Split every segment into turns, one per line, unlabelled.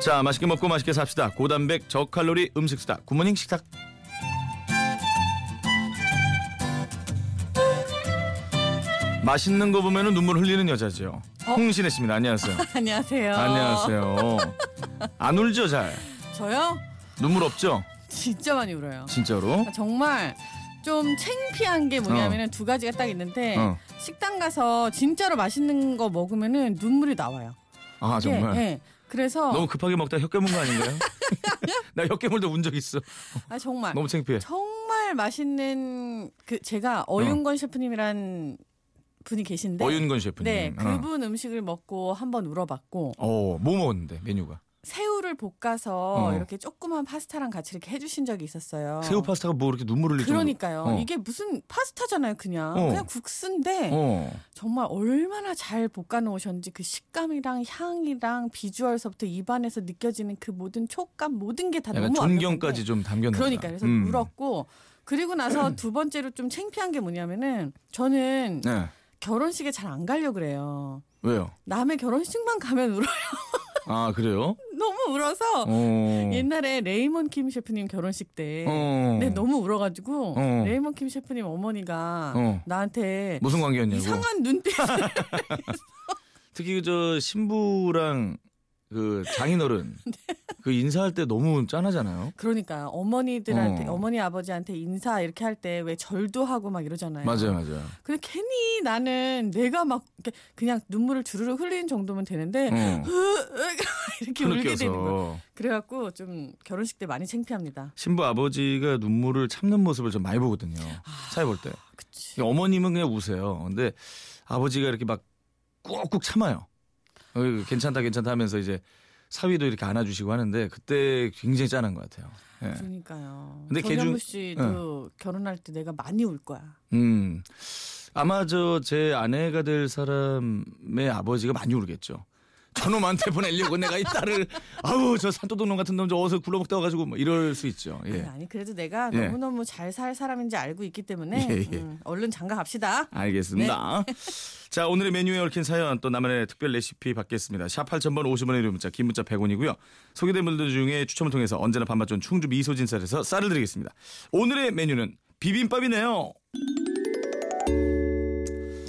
자 맛있게 먹고 맛있게 삽시다 고단백 저칼로리 음식 수다 굿모닝 식탁 맛있는 거 보면은 눈물 흘리는 여자지요
어?
홍신혜 씨입니다 안녕하세요
안녕하세요.
안녕하세요 안 울죠 잘
저요?
눈물 없죠
진짜 많이 울어요. 그러니까
진짜로
정말 좀 창피한 게 뭐냐면은 두 가지가 딱 있는데
어.
식당 가서 진짜로 맛있는 거 먹으면은 눈물이 나와요.
아 정말
예, 예. 그래서
너무 급하게 먹다 가 혀깨문 거 아닌가요 나 혀깨물다 운 적 있어
아 정말
너무 네. 창피해
정말 맛있는 그 제가 어윤건 셰프님이란 분이 계신데
어윤건 셰프님
네, 그분 음식을 먹고 한번 울어봤고
어, 뭐 먹었는데 메뉴가
새우를 볶아서
어.
이렇게 조그만 파스타랑 같이 이렇게 해주신 적이 있었어요.
새우 파스타가 뭐 이렇게 눈물 흘릴
그러니까요.
정도로. 어.
이게 무슨 파스타잖아요, 그냥.
어.
그냥 국수인데
정도로. 어.
정말 얼마나 잘 볶아 놓으셨는지 그 식감이랑 향이랑 비주얼서부터 입안에서 느껴지는 그 모든 촉감 모든 게 다
약간
너무
존경까지 좀 담겼나 보다.
그러니까 그래서
음.
울었고 그리고 나서 두 번째로 좀 창피한 게 뭐냐면은 저는
네.
결혼식에 잘 안 가려 그래요.
왜요?
남의 결혼식만 가면 울어
아 그래요?
너무 울어서
어.
옛날에 레이먼 킴 셰프님 결혼식 때
어.
네, 너무 울어가지고
어.
레이먼 킴 셰프님 어머니가
어.
나한테
무슨 관계였냐고.
아, 네. 이상한 눈빛
특히 그 저 신부랑 그 장인어른
네.
그 인사할 때 너무 짠하잖아요.
그러니까 어머니들한테
어.
어. 머니 아버지한테 인사 이렇게 할 때 왜 절도 하고 막 이러잖아요.
맞아요, 맞아요.
근데 괜히 나는 내가 막 이렇게 그냥 눈물을 주르르 흘리는 정도면 되는데
어.
이렇게 네. 울게 되는 거예요.
느껴서
그래갖고 좀 결혼식 때 많이 창피합니다.
신부 아버지가 눈물을 참는 모습을 좀 많이 보거든요.
아.
차에 볼 때.
그치.
어머님은 그냥 우세요. 근데 아버지가 이렇게 막 꾹꾹 참아요. 어, 괜찮다 괜찮다 하면서 이제 사위도 이렇게 안아주시고 하는데 그때 굉장히 짠한 것 같아요. 예.
네. 그러니까요.
근데 걔 중-
전현무 씨도 결혼할 때 내가 많이 울 거야.
음 아마 저 제 아내가 될 사람의 아버지가 많이 울겠죠. 저놈한테 보내려고 내가 이 딸을 아우 저 산도둑놈 같은 놈 저 어서 굴러먹다 와가지고 뭐 이럴 수 있죠.
아니,
예.
아니 그래도 내가
예.
너무너무 잘 살 사람인지 알고 있기 때문에
예, 예.
음, 얼른 장가 갑시다.
알겠습니다.
네.
자, 오늘의 메뉴에 얽힌 사연 또 나만의 특별 레시피 받겠습니다. 샵 8000번 50원의 유료 문자, 긴 문자 100원이고요. 소개된 분들 중에 추첨을 통해서 언제나 밥맛 좋은 충주 미소진 쌀에서 쌀을 드리겠습니다. 오늘의 메뉴는 비빔밥이네요.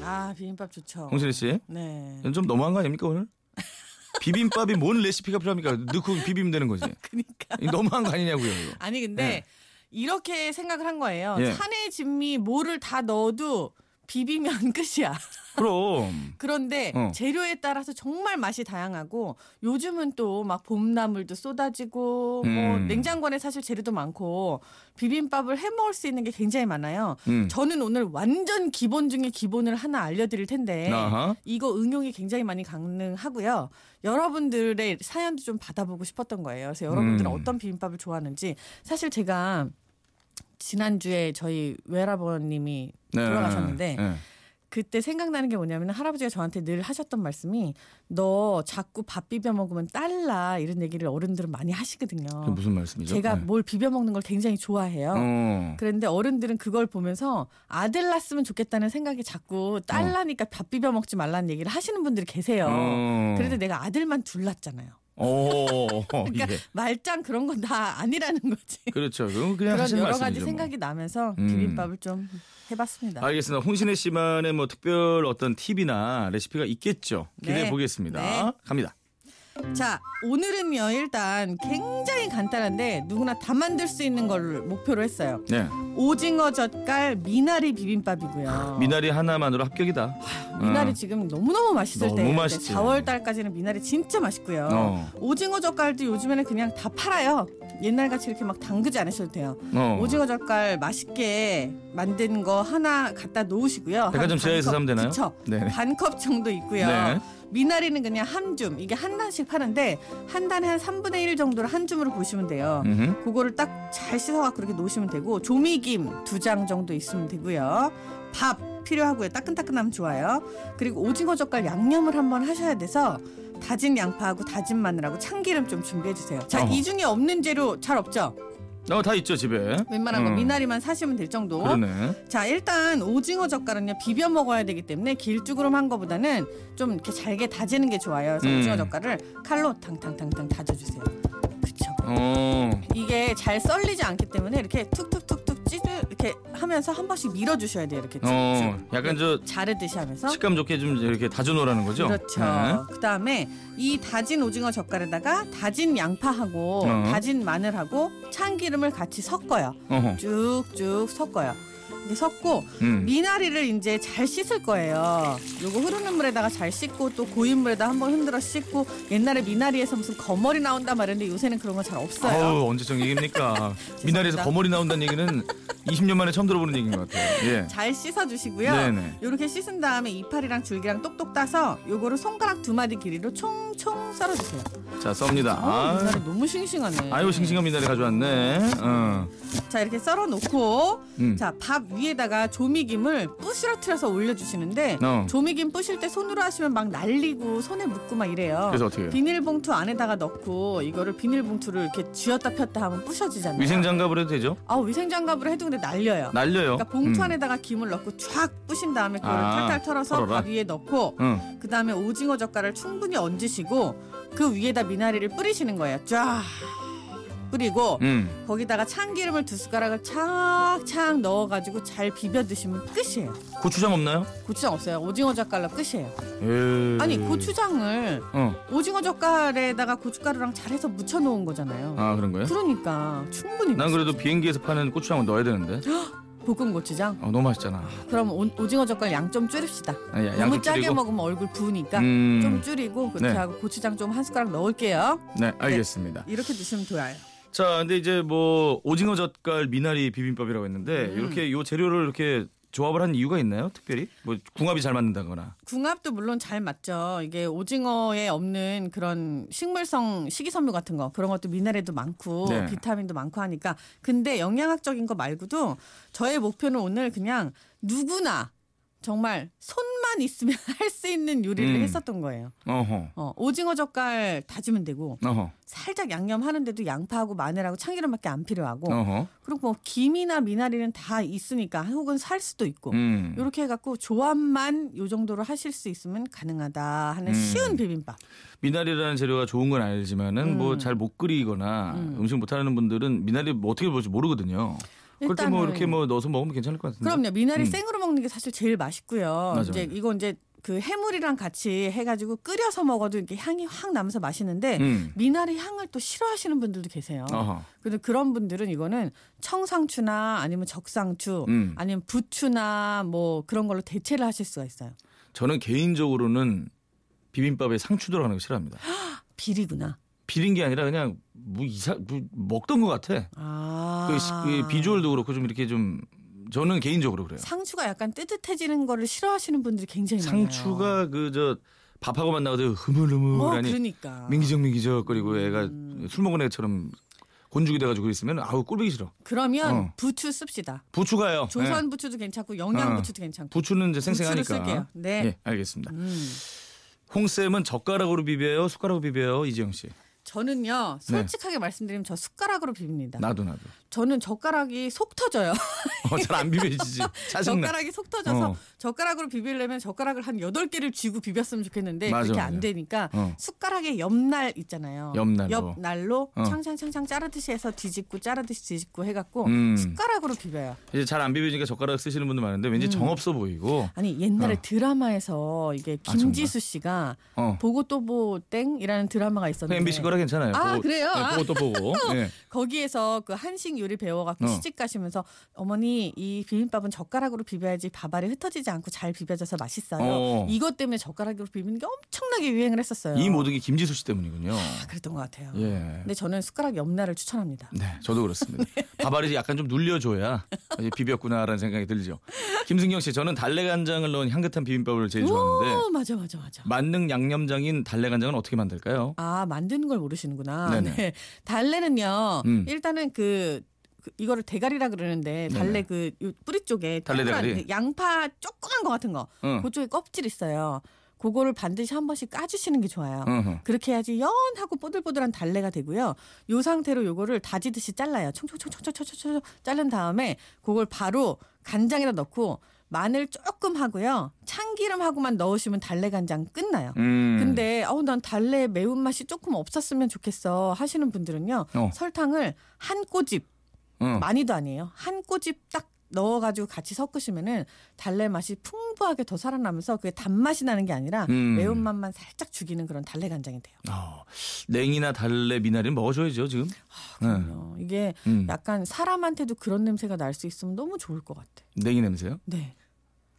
아 비빔밥 좋죠.
홍신혜 씨,
네.
이건 좀 너무한 거 아닙니까 오늘? 비빔밥이 뭔 레시피가 필요합니까? 넣고 비비면 되는 거지.
그러니까.
이거 너무한 거 아니냐고요. 이거.
아니 근데
예.
이렇게 생각을 한 거예요.
예.
산에 진미 뭐를 다 넣어도 비비면 끝이야.
그럼
그런데
어.
재료에 따라서 정말 맛이 다양하고 요즘은 또 막 봄나물도 쏟아지고 뭐
음.
냉장고 안에 사실 재료도 많고 비빔밥을 해 먹을 수 있는 게 굉장히 많아요.
음.
저는 오늘 완전 기본 중에 기본을 하나 알려드릴 텐데
아하.
이거 응용이 굉장히 많이 가능하고요. 여러분들의 사연도 좀 받아보고 싶었던 거예요. 그래서 여러분들은
음.
어떤 비빔밥을 좋아하는지 사실 제가 지난주에 저희 외할아버님이
네,
돌아가셨는데
네.
그때 생각나는 게 뭐냐면 할아버지가 저한테 늘 하셨던 말씀이 너 자꾸 밥 비벼 먹으면 딸라 이런 얘기를 어른들은 많이
그게
하시거든요.
무슨 말씀이죠?
제가
네.
뭘 비벼 먹는 걸 굉장히 좋아해요.
어.
그런데 어른들은 그걸 보면서 아들 낳았으면 좋겠다는 생각이 자꾸 딸
어.
나니까 밥 비벼 먹지 말라는 얘기를 하시는 분들이 계세요.
어.
그래도 내가 아들만 둘 낳았잖아요.
오,
그러니까
예.
말짱 그런 건 다 아니라는 거지.
그렇죠. 그건 그냥
그런
하신
여러
말씀이죠.
가지
뭐.
생각이 나면서
음. 아.
비빔밥을 좀 해봤습니다.
알겠습니다. 홍신혜 씨만의 뭐 특별 어떤 팁이나 레시피가 있겠죠. 기대해
네.
보겠습니다.
네.
갑니다.
자, 오늘은요, 일단 굉장히 간단한데 누구나 다 만들 수 있는 걸 목표로 했어요.
네.
오징어 젓갈 미나리 비빔밥이고요.
미나리 하나만으로 합격이다.
미나리 지금 너무너무 맛있을
너무
때
맛있지.
4월 달까지는 미나리 진짜 맛있고요.
어.
오징어 젓갈도 요즘에는 그냥 다 팔아요. 옛날 같이 이렇게 막 담그지 않으셔도 돼요.
어.
오징어 젓갈 맛있게 만든 거 하나 갖다 놓으시고요.
백화점
한
지하에서
반
사면 되나요?
컵, 그쵸.
네.
반컵 정도 있고요.
네.
미나리는 그냥 한 줌. 이게 한 단씩 파는데 한 단에 한 3분의 1 정도를 한 줌으로 보시면 돼요.
음흠.
그거를 딱 잘 씻어갖고 그렇게 놓으시면 되고 조미김 두 장 정도 있으면 되고요. 밥 필요하고요. 따끈따끈하면 좋아요. 그리고 오징어 젓갈 양념을 한번 하셔야 돼서 다진 양파하고 다진 마늘하고 참기름 좀 준비해 주세요. 자,
어허.
이 중에 없는 재료 잘 없죠?
어, 다 있죠 집에.
웬만한 거
음,
미나리만 사시면 될 정도.
그러네.
자 일단 오징어 젓갈은요 비벼 먹어야 되기 때문에 길쭉으로 한 거보다는 좀 이렇게 잘게 다지는 게 좋아요. 그래서
음.
오징어 젓갈을 칼로 탕탕탕탕 다져주세요. 그쵸?
어.
이게 잘 썰리지 않기 때문에 이렇게 툭툭툭툭 찢어 이렇게 하면서 한 번씩 밀어주셔야 돼요. 이렇게
어.
쭉쭉.
약간 저
자르듯이 하면서
식감 좋게 좀 이렇게 다져놓으라는 거죠.
네.
네.
그렇죠. 그다음에 이 다진 오징어 젓갈에다가 다진 양파하고
어.
다진 마늘하고 참기름을 같이 섞어요.
네. 어허.
쭉쭉 섞어요. 이제 섞고
음.
미나리를 이제 잘 씻을 거예요. 요거 흐르는 물에다가 잘 씻고 또 고인 물에다 한번 흔들어 씻고 옛날에 미나리에서 무슨 거머리 나온다 말했는데 요새는 그런 건 잘 없어요.
아우 언제적 얘기입니까? 미나리에서 거머리 나온다는 얘기는 20년 만에 처음 들어보는 얘기인 것 같아요. 예.
잘 씻어 주시고요.
네네.
요렇게 씻은 다음에 이파리랑 줄기랑 똑똑 따서 요거를 손가락 두 마디 길이로 총총 썰어 주세요.
자 썹니다.
아,
아,
미나리 너무 싱싱하네.
아유 싱싱한 미나리 가져왔네. 어.
자 이렇게 썰어 놓고
음.
자 밥 위에다가 조미김을 부스러트려서 올려주시는데
어.
조미김 부실 때 손으로 하시면 막 날리고 손에 묻고 막 이래요.
그래서 어떻게 해요?
비닐봉투 안에다가 넣고 이거를 비닐봉투를 이렇게 쥐었다 폈다 하면 부셔지잖아요.
위생장갑을 해도 되죠?
아 위생장갑으로 해도 근데 날려요.
날려요.
그러니까 봉투
음.
안에다가 김을 넣고 쫙 부신 다음에 그걸
아,
탈탈 털어서
털어라.
밥 위에 넣고
응.
그 다음에 오징어 젓갈을 충분히 얹으시고 그 위에다 미나리를 뿌리시는 거예요. 쫙 뿌리고
음.
거기다가 참기름을 두 숟가락을 착착 넣어가지고 잘 비벼 드시면 끝이에요.
고추장 없나요?
고추장 없어요. 오징어 젓갈로 끝이에요.
에이.
아니 고추장을
어.
오징어 젓갈에다가 고춧가루랑 잘해서 무쳐 놓은 거잖아요.
아 그런 거예요?
그러니까 충분히
난 그래도 비행기에서 파는 고추장을 넣어야 되는데.
볶음 고추장.
어, 너무 맛있잖아.
그럼 오, 오징어 젓갈 양 좀 줄입시다.
아니, 야,
너무
양쪽
짜게
줄이고.
먹으면 얼굴 부으니까
음.
좀 줄이고 그렇게
네.
하고 고추장 좀 한 숟가락 넣을게요.
네, 알겠습니다.
이렇게 드시면 좋아요.
자, 근데 이제 뭐 오징어 젓갈 미나리 비빔밥이라고 했는데
음.
이렇게 요 재료를 이렇게 조합을 한 이유가 있나요? 특별히 뭐 궁합이 잘 맞는다거나.
궁합도 물론 잘 맞죠. 이게 오징어에 없는 그런 식물성 식이섬유 같은 거 그런 것도 미네랄도 많고
네.
비타민도 많고 하니까. 근데 영양학적인 거 말고도 저의 목표는 오늘 그냥 누구나 정말 손만 있으면 할 수 있는 요리를
음.
했었던 거예요.
어허,
어, 오징어 젓갈 다지면 되고
어허,
살짝 양념하는데도 양파하고 마늘하고 참기름밖에 안 필요하고
어허.
그리고 뭐 김이나 미나리는 다 있으니까 혹은 살 수도 있고
음.
이렇게 해갖고 조합만 요 정도로 하실 수 있으면 가능하다 하는
음.
쉬운 비빔밥.
미나리라는 재료가 좋은 건 알지만은
음.
뭐 잘 못 끓이거나
음.
음. 식못 하는 분들은 미나리 뭐 어떻게 볼지 모르거든요. 그럴 때 뭐
일단은-
이렇게 뭐 넣어서 먹으면 괜찮을 것 같은데.
그럼요. 미나리
음.
생으로 먹는 게 사실 제일 맛있고요.
맞아,
이제
맞아.
이거 이제 그 해물이랑 같이 해가지고 끓여서 먹어도 이렇게 향이 확 나면서 맛있는데
음.
미나리 향을 또 싫어하시는 분들도 계세요.
어허.
근데 그런 분들은 이거는 청상추나 아니면 적상추
음.
아니면 부추나 뭐 그런 걸로 대체를 하실 수가 있어요.
저는 개인적으로는 비빔밥에 상추 들어가는 거 싫어합니다.
비리구나.
비린 게 아니라 그냥 뭐 이사 뭐 먹던 것 같아.
아.
그, 시- 그 비주얼도 그렇고 좀 이렇게 좀 저는 개인적으로 그래요.
상추가 약간 뜨뜻해지는 거를 싫어하시는 분들이 굉장히 많아요.
상추가 그 저 밥하고 만나고 되게
어,
흐물흐물하니
그러니까.
민기적 민기적거리고 애가
음.
술 먹은 애처럼 곤죽이 돼가지고 있으면 아우 꼴보기 싫어.
그러면
어.
부추 씁시다.
부추가요. 예.
조선 부추도 괜찮고 영양
어.
부추도 괜찮고.
부추는 이제
부추를
생생하니까.
쓸게요. 네.
예, 알겠습니다.
음.
홍 쌤은 젓가락으로 비벼요, 숟가락으로 비벼요, 이지영 씨.
저는요
네.
솔직하게 말씀드리면 저 숟가락으로 비빕니다.
나도 나도.
저는 젓가락이 속 터져요.
어, 잘 안 비벼지지. 짜증나.
젓가락이 속 터져서
어.
젓가락으로 비비려면 젓가락을 한 여덟 개를 쥐고 비볐으면 좋겠는데
맞아,
그렇게
맞아.
안 되니까
어.
숟가락에 옆날 있잖아요.
옆날로.
옆날로
어.
창창창창 자르듯이 해서 뒤집고 자르듯이 뒤집고 해갖고
음.
숟가락으로 비벼요.
이제 잘 안 비벼지니까 젓가락 쓰시는 분들 많은데
음.
왠지 정 없어 보이고.
아니 옛날에
어.
드라마에서 이게
아, 정말?
김지수 씨가
어.
보고 또 보 땡이라는 드라마가
그
있었는데
MBC 거라 괜찮아요.
아,
보고-
그래요?
네,
아.
보고 또 보고. 예.
거기에서 그 한식 요리 배워갖고
어.
시집 가시면서 어머니 이 비빔밥은 젓가락으로 비벼야지 밥알이 흩어지지 않고 잘 비벼져서 맛있어요.
어.
이것 때문에 젓가락으로 비비는 게 엄청나게 유행을 했었어요.
이 모든 게 김지수 씨 때문이군요.
아, 그랬던 것 같아요.
예.
근데 저는 숟가락 옆날을 추천합니다.
네, 저도 그렇습니다. 밥알이 약간 좀 눌려줘야 이제 비볐구나라는 생각이 들죠. 김승경 씨, 저는 달래간장을 넣은 향긋한 비빔밥을 제일 좋아하는데
오 어, 맞아 맞아 맞아.
만능 양념장인 달래간장은 어떻게 만들까요?
아 만드는 걸 모르시는구나.
네네.
네. 달래는요.
음.
일단은 그, 그 이거를 대가리라 그러는데 달래
네네.
그요 뿌리 쪽에
달래
동그란
대가리? 어.
양파 조그만 거 같은 거
응.
그쪽에 껍질 있어요. 그거를 반드시 한 번씩 까주시는 게 좋아요.
어허.
그렇게 해야지 연하고 뽀들뽀들한 달래가 되고요. 요 상태로 요거를 다지듯이 잘라요. 총총총총총총총 자른 다음에 그걸 바로 간장에다 넣고 마늘 조금 하고요. 참기름하고만 넣으시면 달래 간장 끝나요.
음.
근데 어우 난 달래 매운맛이 조금 없었으면 좋겠어 하시는 분들은요.
어.
설탕을 한 꼬집
어.
많이도 아니에요. 한 꼬집 딱 넣어가지고 같이 섞으시면은 달래 맛이 풍부하게 더 살아나면서 그게 단맛이 나는 게 아니라
음.
매운맛만 살짝 죽이는 그런 달래 간장이 돼요.
어. 냉이나 달래 미나리는 먹어줘야죠 지금.
아, 그럼요. 네. 이게
음.
약간 사람한테도 그런 냄새가 날 수 있으면 너무 좋을 것 같아.
냉이 냄새요?
네.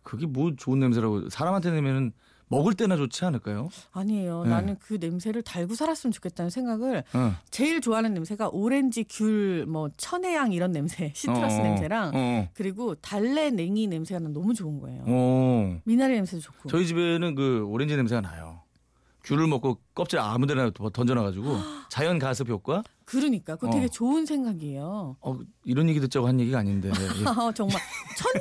그게 뭐 좋은 냄새라고 사람한테 내면은 먹을 때나 좋지 않을까요?
아니에요.
네.
나는 그 냄새를 달고 살았으면 좋겠다는 생각을
어.
제일 좋아하는 냄새가 오렌지, 귤, 뭐 천혜향 이런 냄새, 시트러스
어, 어,
냄새랑
어.
그리고 달래 냉이 냄새가 난 너무 좋은 거예요.
어.
미나리 냄새도 좋고.
저희 집에는 그 오렌지 냄새가 나요. 귤을 먹고 껍질 아무데나 던져놔가지고 자연 가습 효과?
그러니까 그거
어.
되게 좋은 생각이에요.
어, 이런 얘기 듣자고 한 얘기가 아닌데 예.
아, 정말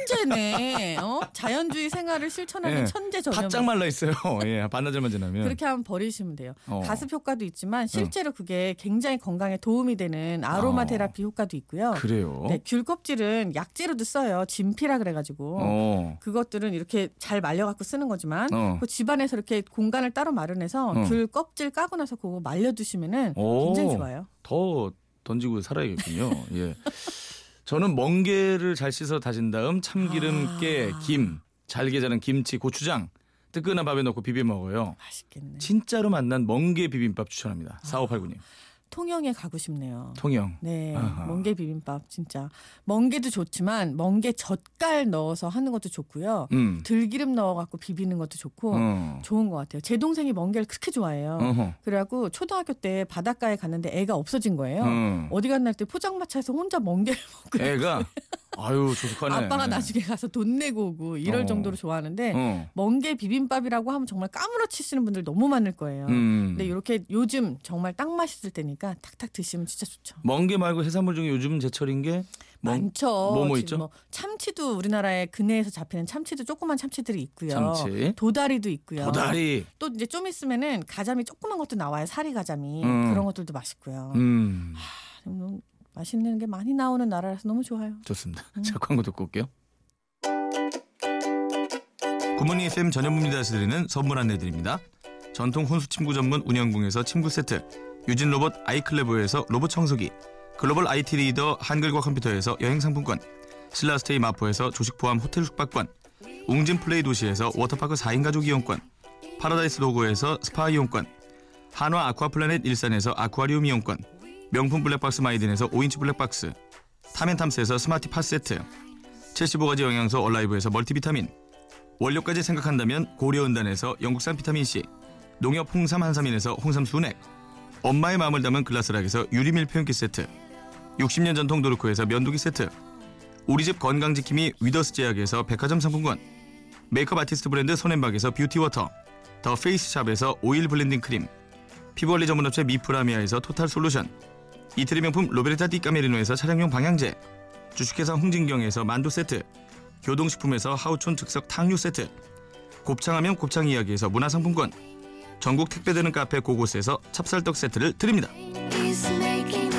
천재네. 어? 자연주의 생활을 실천하는
네.
천재 전염.
바짝 말라 있어요. 예, 반나절만 지나면.
그렇게 하면 버리시면 돼요.
어.
가습 효과도 있지만 실제로 그게 굉장히 건강에 도움이 되는 아로마
어.
테라피 효과도 있고요.
그래요.
네, 귤 껍질은 약재로도 써요. 진피라 그래가지고
어.
그것들은 이렇게 잘 말려갖고 쓰는 거지만
어.
그 집안에서 이렇게 공간을 따로 마련해서
어.
귤 껍질 까고 나서 그거 말려두시면은
오.
굉장히 좋아요.
더 던지고 살아야겠군요. 예. 저는 멍게를 잘 씻어 다진 다음 참기름,
아.
깨, 김, 잘게 자른 김치, 고추장 뜨끈한 밥에 넣고 비벼 먹어요.
맛있겠네. 아.
진짜로 만난 멍게 비빔밥 추천합니다. 4589님.
통영에 가고 싶네요.
통영.
네,
아하.
멍게 비빔밥 진짜 멍게도 좋지만 멍게 젓갈 넣어서 하는 것도 좋고요.
음.
들기름 넣어갖고 비비는 것도 좋고
어.
좋은 것 같아요. 제 동생이 멍게를 그렇게 좋아해요.
어허.
그래갖고 초등학교 때 바닷가에 갔는데 애가 없어진 거예요.
어.
어디 갔나 할 때 포장마차에서 혼자 멍게를 먹고
애가 아유 조숙하네.
아빠가 나중에 가서 돈 내고 오고 이럴
어.
정도로 좋아하는데
어.
멍게 비빔밥이라고 하면 정말 까무러치시는 분들 너무 많을 거예요.
음.
어. 근데 이렇게 요즘 정말 딱 맛있을 때니까 탁탁 드시면 진짜 좋죠.
멍게 말고 해산물 중에 요즘 제철인 게 멍,
많죠.
뭐, 뭐
지금
있죠?
참치도 우리나라의 근해에서 잡히는 참치도 조그만 참치들이 있고요.
참치,
도다리도 있고요.
도다리.
또 이제 좀 있으면은 가자미 조그만 것도 나와요. 사리 가자미
음.
그런 것들도 맛있고요.
음.
음, 맛있는 게 많이 나오는 나라라서 너무 좋아요.
좋습니다.
음.
자 광고 듣고 올게요. 구모닝 FM 전현무입니다에서 드리는 선물 안내드립니다. 전통 혼수 침구 전문 운영궁에서 침구 세트, 유진 로봇 아이클레보에서 로봇 청소기, 글로벌 IT 리더 한글과 컴퓨터에서 여행 상품권, 신라스테이 마포에서 조식 포함 호텔 숙박권, 웅진 플레이 도시에서 워터파크 4인 가족 이용권, 파라다이스 도고에서 스파 이용권, 한화 아쿠아플라넷 일산에서 아쿠아리움 이용권, 명품 블랙박스 마이딘에서 5인치 블랙박스, 타멘탐스에서 스마티 팟 세트 75가지 영양소 얼라이브에서 멀티비타민 원료까지 생각한다면 고려은단에서 영국산 비타민C 농협 홍삼 한삼인에서 홍삼 순액 엄마의 마음을 담은 글라스락에서 유리밀 표현기 세트 60년 전통 도르코에서 면도기 세트 우리집 건강지킴이 위더스 제약에서 백화점 상품권 메이크업 아티스트 브랜드 손앤박에서 뷰티워터 더 페이스샵에서 오일 블렌딩 크림 피부관리 전문업체 미프라미아에서 토탈 솔루션 이태리 명품 로베르타 디 까메리노에서 차량용 방향제, 주식회사 홍진경에서 만두 세트, 교동식품에서 하우촌 즉석 탕류 세트, 곱창하면 곱창 이야기에서 문화상품권, 전국 택배되는 카페 고고스에서 찹쌀떡 세트를 드립니다.
is making the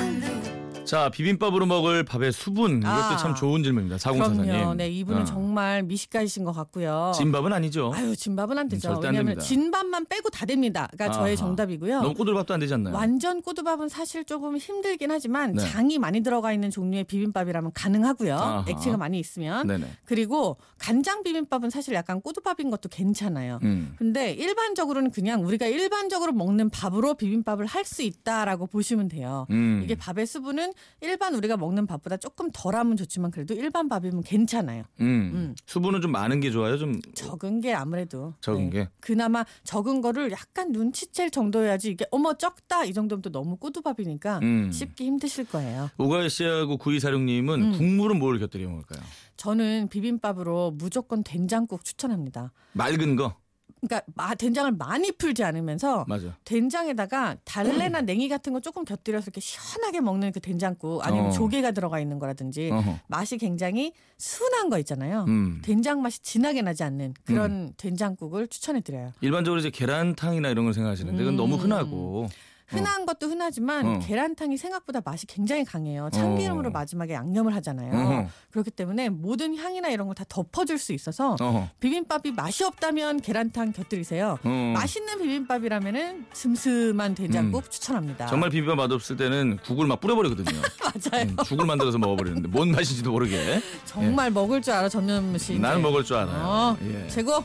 자, 비빔밥으로 먹을 밥의 수분 이것도
아.
참 좋은 질문입니다. 사공사사님.
그럼요. 네, 이분은
어.
정말 미식가이신 것 같고요.
진밥은 아니죠.
아유, 진밥은 안 되죠.
절대 안
왜냐하면
됩니다.
진밥만 빼고 다 됩니다. 가 저의
아하.
정답이고요.
너무 꼬들밥도 안 되지 않나요?
완전 꼬두밥은 사실 조금 힘들긴 하지만
네.
장이 많이 들어가 있는 종류의 비빔밥이라면 가능하고요.
아하.
액체가 많이 있으면.
네네.
그리고 간장 비빔밥은 사실 약간 꼬두밥인 것도 괜찮아요.
음.
근데 일반적으로는 그냥 우리가 일반적으로 먹는 밥으로 비빔밥을 할 수 있다라고 보시면 돼요.
음.
이게 밥의 수분은 일반 우리가 먹는 밥보다 조금 덜하면 좋지만 그래도 일반 밥이면 괜찮아요.
음.
음.
수분은 좀 많은 게 좋아요. 좀
적은 게 아무래도 네.
적은 게?
그나마 적은 거를 약간 눈치챌 정도여야지 이게 어머 적다 이 정도면 또 너무 꼬두밥이니까
음.
쉽기 힘드실 거예요.
오가이 씨하고 구이사령님은
음.
국물은 뭘 곁들여 먹을까요?
저는 비빔밥으로 무조건 된장국 추천합니다.
맑은 거.
그러니까 마- 된장을 많이 풀지 않으면서
맞아.
된장에다가 달래나
음.
냉이 같은 거 조금 곁들여서 이렇게 시원하게 먹는 그 된장국 아니면
어.
조개가 들어가 있는 거라든지
어허.
맛이 굉장히 순한 거 있잖아요.
음.
된장 맛이 진하게 나지 않는 그런 된장국을 추천해
어.
드려요.
일반적으로 이제 계란탕이나 이런 걸 생각하시는데 그건 너무
음.
흔하고
흔한 것도 흔하지만
어.
계란탕이 생각보다 맛이 굉장히 강해요. 참기름으로
어.
마지막에 양념을 하잖아요.
어허.
그렇기 때문에 모든 향이나 이런 걸 다 덮어줄 수 있어서
어허.
비빔밥이 맛이 없다면 계란탕 곁들이세요.
어.
맛있는 비빔밥이라면은 슴슴한 된장국 추천합니다.
음. 정말 비빔밥 맛없을 때는 국을 막 뿌려버리거든요.
맞아요.
음, 죽을 만들어서 먹어버리는데 뭔 맛인지도 모르게.
정말 먹을 줄 알아 전현무 씨.
예. 나는
이제.
먹을 줄 알아요.
어,
예.
최고.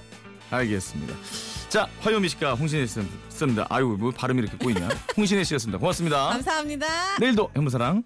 알겠습니다. 자, 화요미 씨가 홍신혜 씨였습니다. 아유, 뭐 발음이 이렇게 꼬이냐. 홍신혜 씨였습니다. 고맙습니다.
감사합니다.
내일도 현무사랑